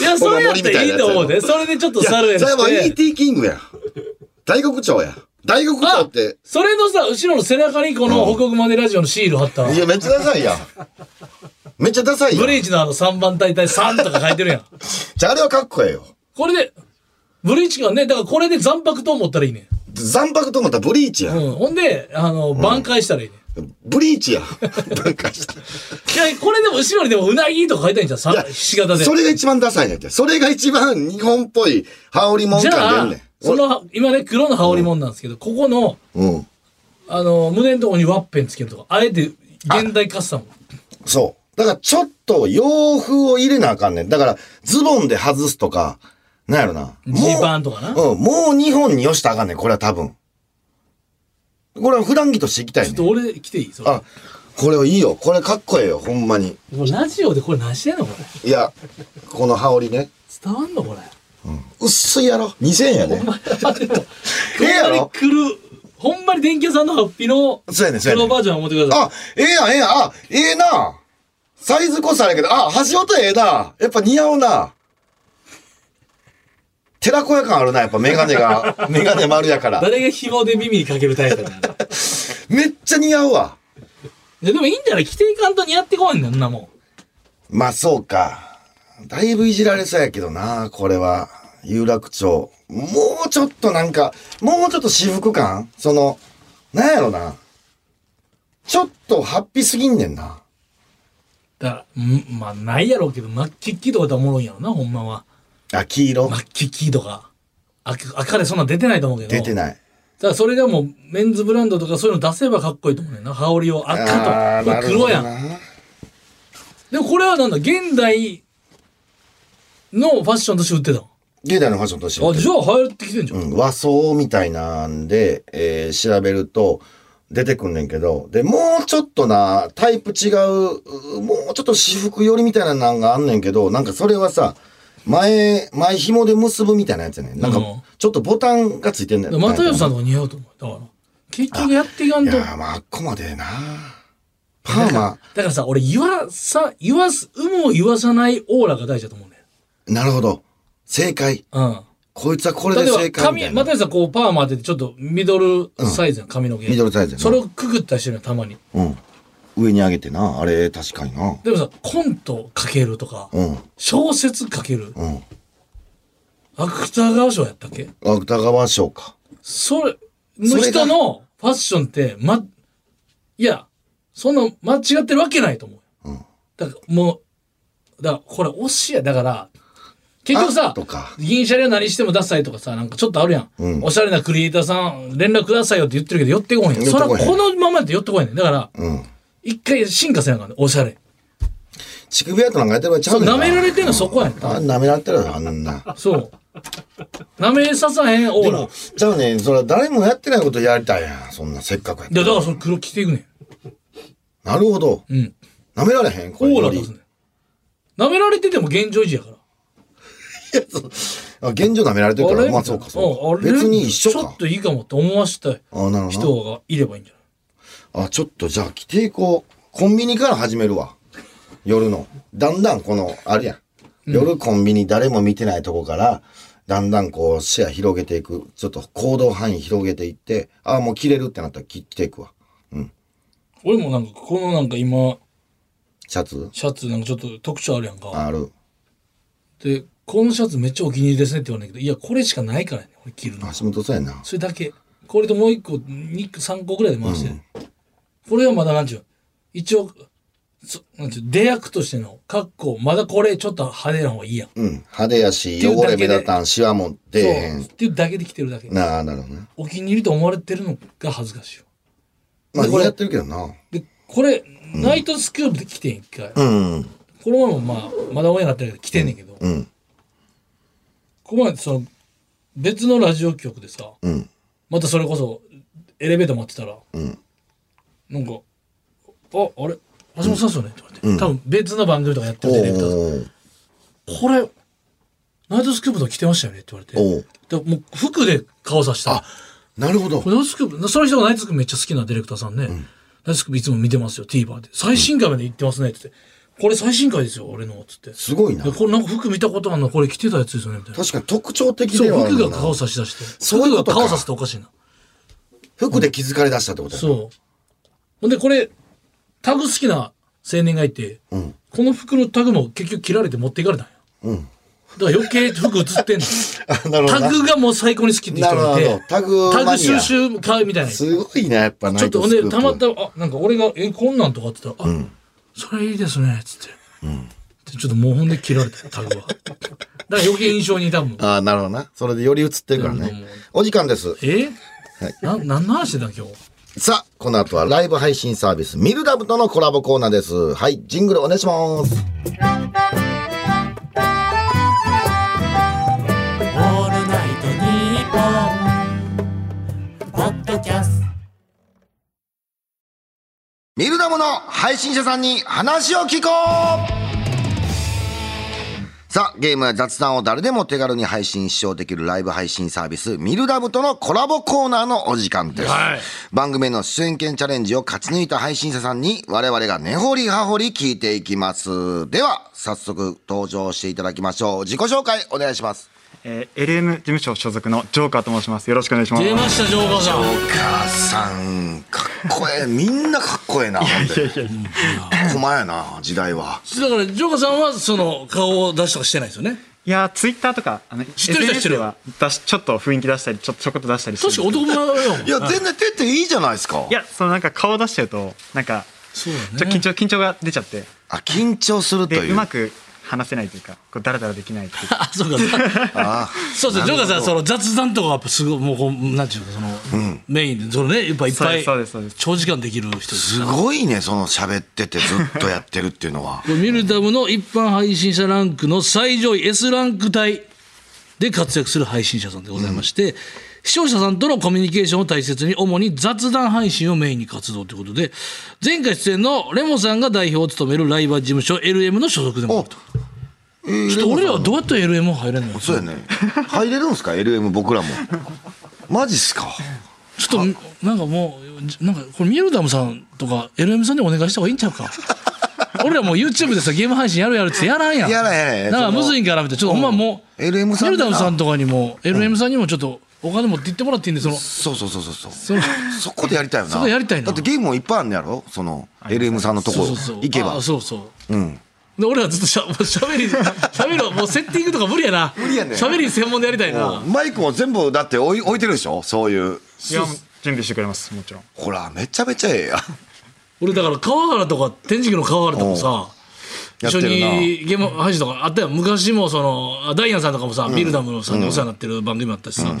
C: いや、それやったらいいと思うね。それでちょっと
D: や、
C: 猿や
D: それも
C: して。
D: E.T. キングやん。大黒町やん。大黒町
C: あ
D: って、
C: それのさ、後ろの背中にこの
D: うん
C: 北国までラジオのシール貼った。
D: いや、めっちゃダサいやん。めっちゃダサいや
C: ブリ
D: ん。
C: ーチのあの3番大体3とか書いてるやん。
D: じゃあ、あれはかっこええよ。
C: これで、ブリーチがね、だからこれで残白と思ったらいいね。
D: 残白と思ったらブリーチやん。
C: うん。ほんで、あの、挽回したらいいね。
D: ブリー チやん。分解した。
C: いや、これでも後ろにでもうなぎとか書いたいんじゃん。さ
D: いや、
C: ひし形で。
D: それが一番ダサいねんって。それが一番日本っぽい羽織もん
C: じゃ
D: 感
C: あ
D: 出んねん、
C: その、今ね、黒の羽織物なんですけど、ここの、
D: 俺。うん。
C: あの、胸のところにワッペンつけるとか、あえて現代カスタム。
D: そう。だからちょっと洋風を入れなあかんねん。だからズボンで外すとか、なんやろな。
C: ジーパンとかな。ちょ
D: もう、うん、もう日本によしたらあかんねん、これは多分。これは普段着としていきたい
C: っ
D: ねん。
C: と俺来ていいそれ。
D: あ、これいいよ。これかっこええよ、ほんまに。
C: もうラジオでこれ何してんのこれ。
D: いや、この羽織ね。
C: 伝わんの これ。
D: 薄いやろ ?2000 円やで。
C: あでも
D: ええや
C: ほんまに
D: ろ
C: 来る。ほんまに電気屋さんのハッピーの
D: そうやねん、そうやね
C: 黒
D: ん
C: バージョンを持ってください。
D: あ、ええやん、ええやん。あ、ええな。サイズこそあれやけど、あ、橋本ええな。やっぱ似合うな。寺子屋感あるな、やっぱメガネが、メガネ丸やから。
C: 誰が紐で耳にかけるタイプ なのい
D: めっちゃ似合うわ。
C: やでもいいんじゃない着ていかんと似合ってこいんだよ、そんなもん。
D: まあそうか。だいぶいじられそうやけどな、これは。有楽町。もうちょっとなんか、もうちょっと私服感その、なんやろな。ちょっとハッピーすぎんねんな。
C: だから、んまあ、ないやろうけど、マッキッキーとかだおもろいんやろな、ほんまは。
D: あ、黄色
C: マ。ッキッキーとか。あ赤でそんなん出てないと思うけど。
D: 出て
C: い。
D: ない。
C: だからそれがもう、メンズブランドとかそういうの出せばかっこいいと思うねんな。羽織を赤
D: あー
C: と。これ黒や
D: なる
C: ん。
D: ほどな
C: でもこれはなんだ、現代のファッションとして売ってたの
D: 現代のファッションとして売っ
C: あ、
D: て
C: じ
D: る
C: ゃあ流行ってきてんじゃん。
D: うん、和装みたいなんで、えー調べると出てくんねんけど、で、もうちょっとな、タイプ違う、うもうちょっと私服寄りみたいなのがあんねんけど、なんかそれはさ、前、前紐で結ぶみたいなやつやねん。なんか
C: うん、
D: ちょっとボタンがついてんねん。
C: 又吉さんとか似合うと思う。だから、結局やっていかん
D: い
C: と。
D: やー、まあ、あっこまでな。パーマ、
C: だからさ、俺、言わさ、言わす、有無を言わさないオーラが大事だと思うね。
D: なるほど。正解。
C: うん。
D: こいつはこれで
C: 例
D: 正解
C: えば、
D: みた
C: 髪、
D: いな
C: 又。吉さん、こう、パーマ当てて、ちょっとミドルサイズの髪の毛。
D: ミドルサイズやな
C: それをくぐったりしてるの、たまに。
D: うん。上に上げてな。あれ、確かにな。
C: でもさ、コント書けるとか、
D: うん。
C: 小説書ける、
D: うん。
C: 芥川賞やったっけ
D: 芥川賞か。
C: それ、
D: そ
C: の
D: れが
C: 人のファッションって、ま、いや、そんな間違ってるわけないと思う。
D: うん
C: だから、もう、だから、これ、推しや。だから、結局さ
D: あとか、
C: 銀シャリは何してもダサいとかさ、なんかちょっとあるやん。
D: うん
C: おしゃれなクリエイターさん、連絡くださいよって言ってるけど、寄ってこいへん。
D: 寄って
C: そ
D: こい
C: れ
D: へん
C: はこのままで寄ってこいへんねん。だから、
D: うん。
C: 一回進化せなあかんねんおしゃれ。
D: 乳首跡なんかやってる場合ちゃ
C: そうう、
D: ねんな
C: 舐められてんのそこやねん。
D: あ舐められてるよあんな。
C: そう。なめささへんオ
D: で
C: ーラ。い
D: も、じゃあね、それは誰もやってないことやりたいやん。そんな、せっかくやった
C: や、
D: ら
C: だからその黒着ていくね
D: なるほど。
C: ん。うん。
D: 舐められへんこ
C: オ
D: れ。
C: ーラ
D: より
C: 出すねん。なめられてても現状維持やから。
D: あ現状舐められてるから、まあそうか、そうか。
C: んあれ
D: 別に一緒
C: ちょ
D: か
C: っ。といいかもって思わしたい
D: あ、なるほど
C: 人がいればいいんじゃない
D: な。あ、ちょっとじゃあ着ていこう。コンビニから始めるわ。夜の。だんだんこの、あれやん。夜コンビニ誰も見てないとこから、だんだんこう視野広げていく。ちょっと行動範囲広げていって、あもう着れるってなったら着着ていくわ。
C: 俺もなんか、このなんか今、
D: シャツ
C: シャツなんかちょっと特徴あるやんか。
D: ある。
C: で、このシャツめっちゃお気に入りですねって言われんだけど、いや、これしかないからね、俺着るの。
D: 橋本そうやな。
C: それだけ。これともう一個、二個三個ぐらいで回してる。これはまだなんちゅう、一応、そなんちゅう、出役としての、かっこ、まだこれちょっと派手な方がいいやん。
D: うん。派手やし、
C: っていう
D: 汚
C: だけ
D: れ
C: で
D: 目立たん、シワも出えへ
C: そう。
D: ん
C: っ。ていうだけで着てるだけ。
D: なあ、なるほどね。
C: お気に入りと思われてるのが恥ずかしいよ。
D: まあ、
C: でこ
D: 似
C: れ
D: 合ってるけどな。
C: で、これ、ナイトスクープで着てん、一回。
D: うん。
C: この前もまあ、まだオンエアになってるけど、着てんねんけど、
D: うん。
C: ここまでその、別のラジオ局でさ、
D: うん。
C: またそれこそ、エレベーター待ってたら、
D: ん
C: なんか、あ、あれ橋本さんっすよねって言われて、多分別の番組とかやって
D: お
C: るディレクターさん
D: ー
C: これ、ナイトスクープとか着てましたよねって言われて、
D: おう
C: でもう服で顔さした。
D: あなるほど
C: こ。れナイトスクープ、その人がナイトスクープめっちゃ好きなディレクターさんね、ナイトスクープいつも見てますよ、TVer で。最新回まで行ってますねって言って、これ最新回ですよ、俺の、つって。
D: すごいな
C: で。これなんか服見たことあるのこれ着てたやつですよねみたいな。
D: 確かに特徴的
C: そ
D: では
C: う、
D: ある
C: 服
D: な
C: が顔差し出して。
D: そういうこと
C: 服
D: か
C: が顔差すっておかしいな。
D: 服で気づかれ出したってことやな
C: そう。ほんで、これ、タグ好きな青年がいて、
D: うん
C: この服のタグも結局切られて持っていかれたんや。
D: うん。
C: だから余計服映ってんの。
D: あ、なるほど
C: タ
D: な。
C: グがもう最高に好きって人が
D: な
C: い
D: るほ
C: て
D: ど、タグ
C: タ
D: マ
C: グ
D: ニ
C: 収
D: ア
C: 集会みたいな。ち
D: すごいな、やっぱナ
C: ょっ
D: イ
C: と
D: ト
C: ほ
D: スク
C: ん
D: ー
C: で、
D: プ。
C: たまたま、あ、なんか俺が、え、こんなんとかって言ったら、あ、それいいですね、つって。でちょっともうほんで切られた、タグは。だから余計印象に 多分。
D: あーなるほどな。それでより映ってるから
C: うん
D: ね。お時間です。
C: えな、何の話してた今日。
D: さあ、この後はライブ配信サービス、ミルダブとのコラボコーナーです。はい、ジングルお願いします。
B: オールナイトニッポン」ポッドキャスト
D: ミルダムの配信者さんに話を聞こうさあ、ゲームや雑談を誰でも手軽に配信視聴できるライブ配信サービス、ミルダムとのコラボコーナーのお時間です。
C: はい
D: 番組の出演権チャレンジを勝ち抜いた配信者さんに我々が根掘り葉掘り聞いていきます。では、早速登場していただきましょう。自己紹介お願いします。
E: えー、LM 事務所所属のジョーカーと申します。よろしくお願いします。
C: 出ました、ジョーカーさん。
D: お母さん、かっこええ。みんなかっこええな。いやいやいや。駒やな、時代は。
C: だから、ジョーカーさんは、その、顔を出しとかしてないですよね。
E: いやー、ツイッターとか、あの、
C: 知ってる人知って
E: SNS
C: る
E: では出し、ちょっと雰囲気出したり、ちょちょこっと出したりするんで
C: 確か
E: すけど
C: 男前よ。
D: いや、全然出ていいじゃないですか。
E: いや、そのなんか顔出しちゃうと、なんか、
C: そう
E: ち
C: だ
E: ょ
C: ね
E: 緊。張、緊張が出ちゃって、
D: あ、緊張すると
E: で、
D: いうう。
E: まく話せないというか、こう、ダラダラできないっていう
C: あ、そうか。
D: あ
C: そうそう、ジョーカーさん、その雑談とかはやっぱすごい、もうこう、なんていうか、その、メインで、そのね、やっぱいっぱい、
E: そうですそうですそうです
C: 長時間できる人です
D: す
C: から。。
D: ごいね、その喋っててずっとやってるっていうのは
C: ミルダムの一般配信者ランクの最上位 S ランク帯で活躍する配信者さんでございまして、視聴者さんとのコミュニケーションを大切に、主に雑談配信をメインに活動ということで、前回出演のレモさんが代表を務めるライバー事務所 LM の所属でもあ
D: お
C: ると。
D: えー
C: ちょっと俺らはどうやって LM 入れんの
D: そうやね。入れるんすか ?LM 僕らも。マジっすか
C: ちょっと、なんかもう、なんか、これ、ミルダムさんとか、LM さんにお願いした方がいいんちゃ うか。俺らもう YouTube でさ、ゲーム配信やるやるってやらんやん。
D: やらへんやらへん
C: だからむずいんから、みたいな。ちょっとほんまもう、
D: うん LM さん
C: ミル
D: でな
C: ダムさんとかにも、LM さんにもちょっと、お金持って行ってもらっていいんで、その、
D: そうそうそうそうそう。
C: その、
D: そこでやりたいよな。
C: そこでやりたいな
D: だってゲームもいっぱいあんねやろその、LM さんのとこ
C: そうそうそう。
D: 行けば
C: あ。そうそう。
D: うん。
C: で、俺らずっとしゃ、 もう喋り、喋る、もうセッティングとか無理やな。無
D: 理やねん
C: 喋り専門でやりたい
D: も
C: な
D: う。マイクも全部だって置い置いてるでしょそういう。
E: いや、準備してくれます、もちろん。
D: ほら、めちゃめちゃええやん。
C: 俺だから川原とか天竺の川原とかさ
D: やっ
C: 一
D: てる
C: 緒
D: な
C: にゲーム配信とかあったよ昔もそのあダイアンさんとかもさ、ビルダムのさんにお世話になってる番組もあったしさ、こ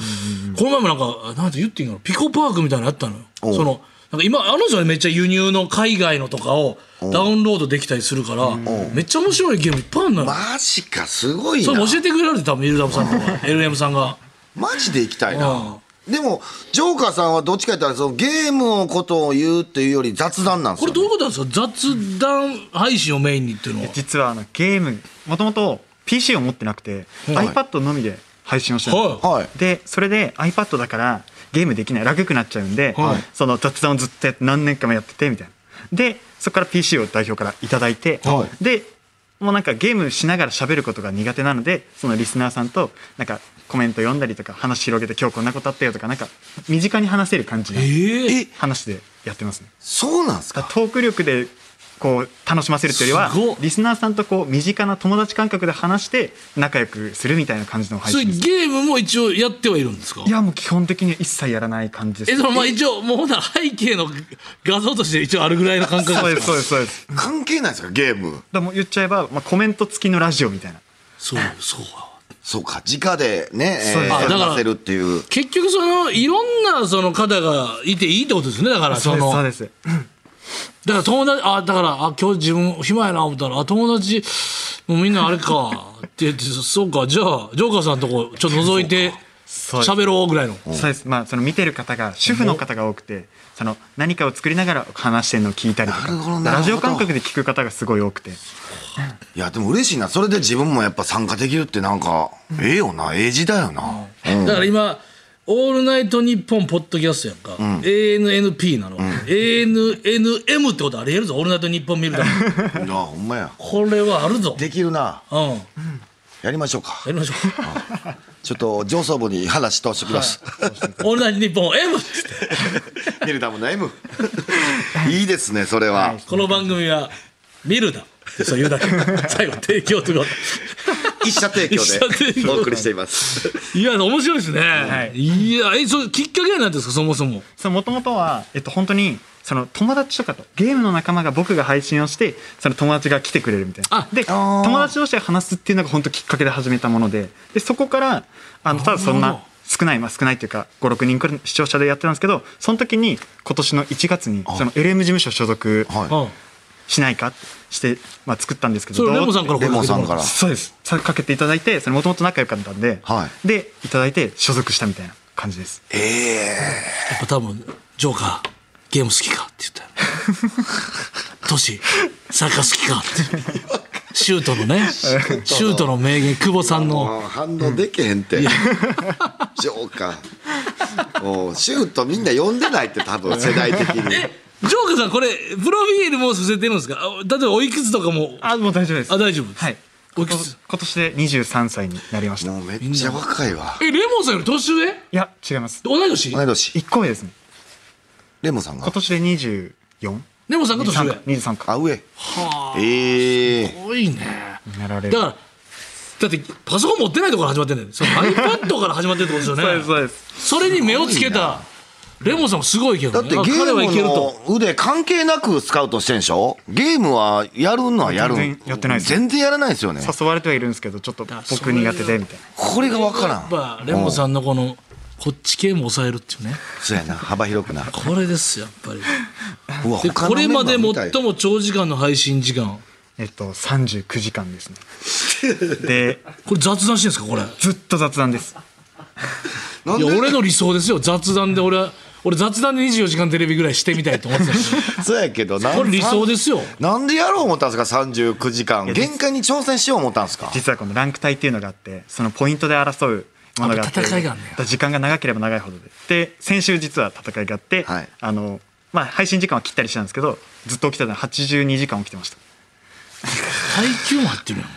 C: の前もなんかあなんて言っていいんかなピコパークみたいなのあったのよ
D: おう
C: そのなんか今あるじゃんめっちゃ輸入の海外のとかをダウンロードできたりするからめっちゃ面白いゲームいっぱいあるのよ
D: マジか、すごい
C: そ
D: な
C: れ。も教えてくれるって多分イルダムさんとか LM さんが
D: マジで行きたいな。でも、ジョーカーさんはどっちか言ったら、そのゲームのことを言うっていうより雑談なんです
C: こ
D: よ、
C: れどういうことなんですか雑談配信をメインにっていうのは
E: 実はあのゲームもともと PC を持ってなくて、iPad のみで配信をしてたんですよ
C: は
D: はい。
E: でそれで iPad だからゲームできない楽くなっちゃうんで、
C: はい
E: その雑談をずっとやって何年間もやっててみたいなでそこから PC を代表からいただいて、
D: は
E: でもうなんかゲームしながら喋ることが苦手なのでそのリスナーさんとなんかコメント読んだりとか話広げて今日こんなことあったよとかなんか身近に話せる感じの
C: ええ
E: 話でやってますね
D: そうなんです
E: だ
D: か
E: からトーク力でこう楽しませるというよ
C: す
E: り
C: ご
E: は
C: っ
E: リスナーさんとこう身近な友達感覚で話して仲良くするみたいな感じの配
C: それ
E: 信です
C: ゲームも一応やってはいるんですか
E: いやもう基本的には一切やらない感じで
C: え
E: す
C: でもまあ一応もうほな背景の画像として一応あるぐらいの感覚
E: そう
C: で
E: ですすそうですそうですだか
D: 関係ないですか、ゲーム。
E: らもう言っちゃえば、まあ、コメント付きのラジオみたいな
C: そうそうか
D: そうか、直でね、え
E: そうです
C: あだから
D: ー、出せるっていう。
C: 結局そのいろんなその方がいていいってことですねだからその
E: そ
C: だ
E: うで
C: か
E: すそう
C: ら友達あだからあ今日自分暇やな思ったらあ友達もうみんなあれかって言ってそう かじゃあジョーカーさんのとこちょっと覗いて
E: うです
C: 喋ろうぐらいの
E: ですそうですまあその見てる方が主婦の方が多くてその何かを作りながら話してるのを聞いたりと
D: なるほど
E: か
D: なる
E: ラ
D: ほど
E: ジオ感覚で聞く方がすごい多くて
D: いや、でも嬉しいな。それで自分もやっぱ参加できるってなんか、ええよな、ええ時代よな。
C: だから今「オールナイトニッポン」ポッドキャストやんか、ANNP なの、ANNM ってことありえるぞ「オールナイトニッポン」見 る
D: な
C: だ
D: あ、ほんまや。
C: これはあるぞ
D: できるな。
C: うんや
D: やりましょうか。
C: りましょ
D: ちょっと上層部に話通してきます。
C: う「オールナイトニッポン M」
D: ミルダムの M。いいですね、それは。
C: この番組は「見るだ」ってそう言うだけ最後提供とか
D: 一社提供
C: 一社提
D: で
C: 供
D: お送りしています。
C: いや面白いですね、い、やえそうきっかけは何ですかそもそも
E: その元々は、えっと、本当にその友達とかとゲームの仲間が僕が配信をしてその友達が来てくれるみたいな
C: あ
E: で
D: あー
E: 友達同士で話すっていうのが本当きっかけで始めたものででそこからあのただそん
C: なるほ
E: な少ない、まあ、少ないというか56人くらいの視聴者でやってたんですけどその時に今年の1月にその LM 事務所所属
D: は
E: しないかってして、まあ、作ったんですけど
C: それ
E: どう
C: レモさんから
D: レモンさんから。
E: そうですさかけていただいてもともと仲良かったんで、
D: は
E: でいただいて所属したみたいな感じです
D: ええ
C: やっぱ多分ジョーカーゲーム好きかって言ったよトシサッカー好きかってシュートのねシュートの名言久保さんの
D: もう反応でけへんって。 ジョーカー。もうシュートみんな呼んでないって多分世代的に。
C: ジョーカーさんこれプロフィールもうさせてるんですかあ例えばおいくつとかも
E: あもう大丈夫です
C: あ大丈夫です
E: はい
C: おい
E: 今
C: くつ
E: 年今年で23歳になりました
D: も
E: いう
D: めっちゃ若いわ。
C: えレモンさんより年上
E: や違います
C: 同い年
D: 同い年。
E: 1個目ですね
D: レモンさんが
E: 今。年で 24?
C: レモンさんが年上
E: 23か23か
D: あ、上。ええ
C: すごいね
E: なら
C: だ
E: れる
C: からだってパソコン持ってないところから始まってんだよその iPad から始まってるって ことです
E: そう
C: よ
E: で
C: ね
E: すそうです
C: それに目をつけたレモンさんもすごいけ
D: だ
C: ど、
D: っ
C: ね、
D: てゲ
C: あ彼はいけ
D: ー
C: ると
D: ムの腕関係なくスカウトしてんでしょゲームはやるのはやる
E: 全然やってないです
D: 全然やらないですよね
E: 誘われてはいるんですけどちょっと
C: だから
E: 僕苦手でみたい
D: これが分からん
C: やっぱレモンさんのこのこっち系も抑えるっていうね
D: そうやな幅広くな
C: これですやっぱり
D: うわ
C: で
D: 他
C: こ
D: の
C: れ
D: メンバ
C: ま
D: ー
C: で
D: みたい
C: 最も長時間の配信時間
E: なえっと39時間ですねで
C: これ雑談してんですかこれい
E: ずっと雑談です
D: なん
C: や
D: で
C: 俺の理想ですよ雑談で俺は俺雑談で24時間テレビぐらいしてみたいと思ってたんですよ
D: そうやけどな
C: これ理想ですよ
D: なんでやろう思ったんですか39時間限界に挑戦しよう思ったんですか
E: 実はこのランク帯っていうのがあってそのポイントで争うものがあって
C: あ戦いがあんねや
E: だから時間が長ければ長いほどでで先週実は戦いがあって、
D: はい
E: あのまあ、配信時間は切ったりしたんですけどずっと起きてたのは82時間起きてました
C: 耐久も入ってるやん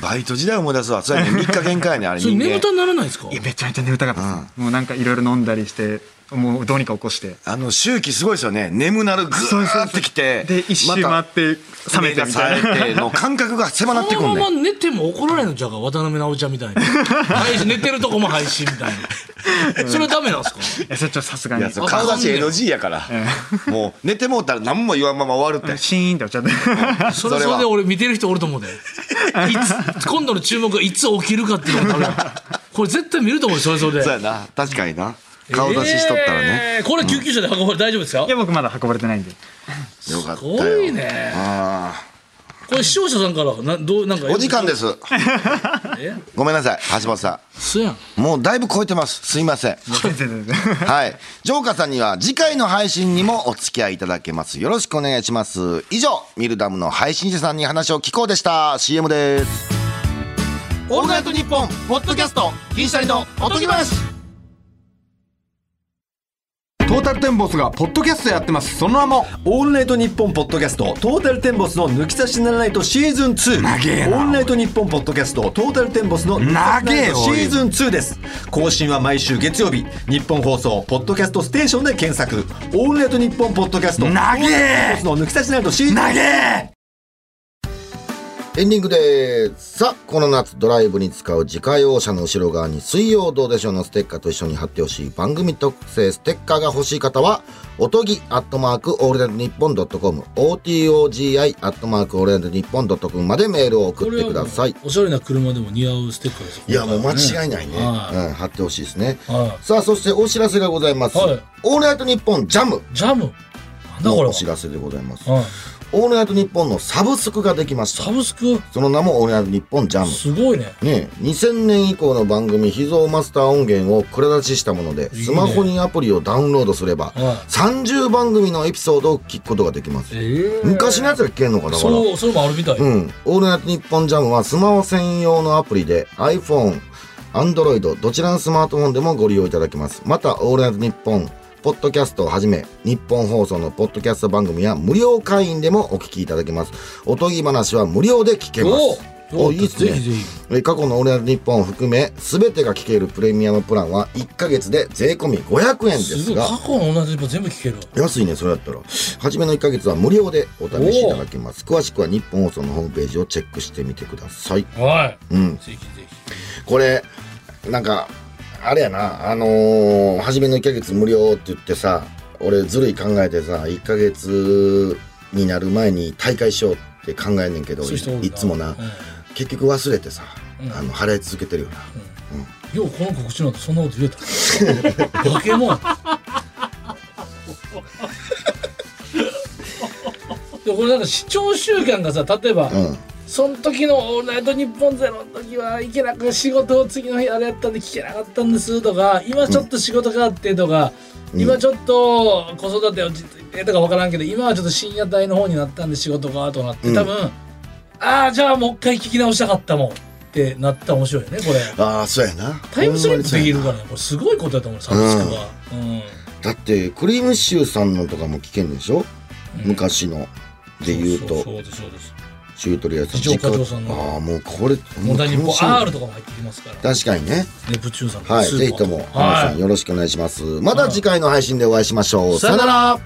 D: バイト時代思い出すわそうや ね3日限界やねあれ
C: それ
D: 人間
C: 眠たにならないですか
E: いやめちゃめちゃ眠たかったです、もうなんかいろいろ飲んだりしてもうどうにか起こして
D: あの周期すごいですよね眠なるグーってきて
E: で一周回って冷めてみたいな
D: 目が冴えての感覚が迫
C: こ
D: ってく
C: の
D: んね
C: まま寝ても怒られるんじゃうか渡辺直ちゃんみたいに配信寝てるとこも配信みたいなそれはダメなんですか
E: いやそれちょっとさすが
D: い
E: に
D: やそう顔出し NG やからもう寝てもうたら何も言わんまま終わるって
E: シーンっておっちゃ って
C: それ
D: それは
C: それで俺見てる人おると思うでいつ今度の注目がいつ起きるかっていうのが多分これ絶対見ると思うよそれそれで
D: そうやな確かにな顔出ししとったらね。
C: えーこれ救急車で運ばれて大丈夫ですか
E: いや僕まだ運ばれて ないんで
D: よかった
C: す
D: よ。
C: ごいね
D: あ
C: これ視聴者さんからなどうなんか
D: ーお時間です。
C: え
D: ごめんなさい、橋本さ
C: そうやん
D: ん。もうだいぶ超えてます。すいません。
E: 全然全然
D: はい。ジョーカさんには次回の配信にもお付き合いいただけます。よろしくお願いします。以上、ミルダムの配信者さんに話を聞こうでした。CM です。
A: オールナイトニッポンポッドキャスト銀シャリのおとぎ話
F: トータルテンボスがポッドキャストやってますその名も
G: オールナイトニッポンポッドキャストトータルテンボスの抜き差しならないとシーズン2
F: 長えな
G: オールナイトニッポンポッドキャストトータルテンボスの抜き差しならないとシーズン2です更新は毎週月曜日日本放送ポッドキャストステーションで検索オールナイトニッポンポッドキャスト
F: 長え
G: の抜き差しならないとシーズン
F: 長え
D: エンディングです。さあ、この夏ドライブに使う自家用車の後ろ側に水曜どうでしょうのステッカーと一緒に貼ってほしい番組特製ステッカーが欲しい方は、おとぎアットマークオールナイトニッポンドットコム、OTOGI アットマークオールナイトニッポンドットコムまでメールを送ってください
C: これはも。うおしゃれな車でも似合うステッカーですよ
D: いや、もう間違いないね。
C: は
D: うん、貼ってほしいですね。
C: は
D: さあ、そしてお知らせがございます。
C: はい
D: オールナイトニッポンジャム
C: いジャムなん
D: の
C: だこ
D: お
C: れは
D: 知らせでございます。
C: はい
D: オールナイトニッポンのサブスクができまし
C: サ
D: た。
C: ブスク
D: その名もオールナイトニッポンジャム。
C: すごいね
D: ねえ、2000年以降の番組秘蔵マスター音源を蔵出ししたもので
C: いね
D: スマホにアプリをダウンロードすれば
C: は
D: 30番組のエピソードを聞くことができます
C: ええ
D: 昔のやつが聞けんのかなこれ
C: そうそれもあるみたい、
D: うん「オールナイトニッポンジャムはスマホ専用のアプリで iPhone、Android どちらのスマートフォンでもご利用いただけますまた「オールナイトニッポン」ポッドキャストをはじめ日本放送のポッドキャスト番組や無料会員でもお聞きいただけますおとぎ話は無料で聞けま
C: お
D: すおいいっすね
C: ぜひぜひ
D: えー過去の「オールナイトニッポン」を含め全てが聞けるプレミアムプランは1ヶ月で税込み500円です
C: すごい
D: が
C: 過去の同じ全部聞ける
D: 安いねそれやったら初めの1ヶ月は無料でお試しいただけます詳しくは日本放送のホームページをチェックしてみてください
C: は
D: うん
C: いぜひぜ
D: これなんかあれやなあのー初めの1ヶ月無料って言ってさ俺ずるい考えてさ1ヶ月になる前に大会しようって考えんねんけど
C: ひそういう人おる
D: いいつもな、
C: う
D: 結局忘れてさ、
C: うん
D: あの払い続けてるよな、
C: んようこの告知なんてそんなこと言えた化け物でもこれなんか視聴習慣がさ例えば、
D: うん
C: その時の「オールナイトニッポンゼロの時は行けなく仕事を次の日あれやったんで聞けなかったんですとか今ちょっと仕事があってとか、
D: うん
C: 今ちょっと子育て落ち着いてとか分からんけど今はちょっと深夜帯の方になったんで仕事がとかなって多分、ああじゃあもう一回聞き直したかったもんってなったら面白いよねこれ
D: ああそうやな
C: タイムスリップできる
D: ほんま
C: からねこれすごいことだと思うサブスクは、うん
D: にそうやなだってクリームシューさんのとかも聞けんでしょ、昔ので言うと
C: そうですそうです
D: チュートリアルさん
C: 自己課長さんの
D: ああもうこれ
C: モダニッポ
D: 楽しみ
C: ン R とかも入ってきますから
D: 確かにね
C: ネプチューンさんの
D: はい
C: スー
D: ぜひ
C: パー
D: とも皆
C: は
D: さんよろしくお願いしますまた次回の配信でお会いしましょう、
C: い、さよなら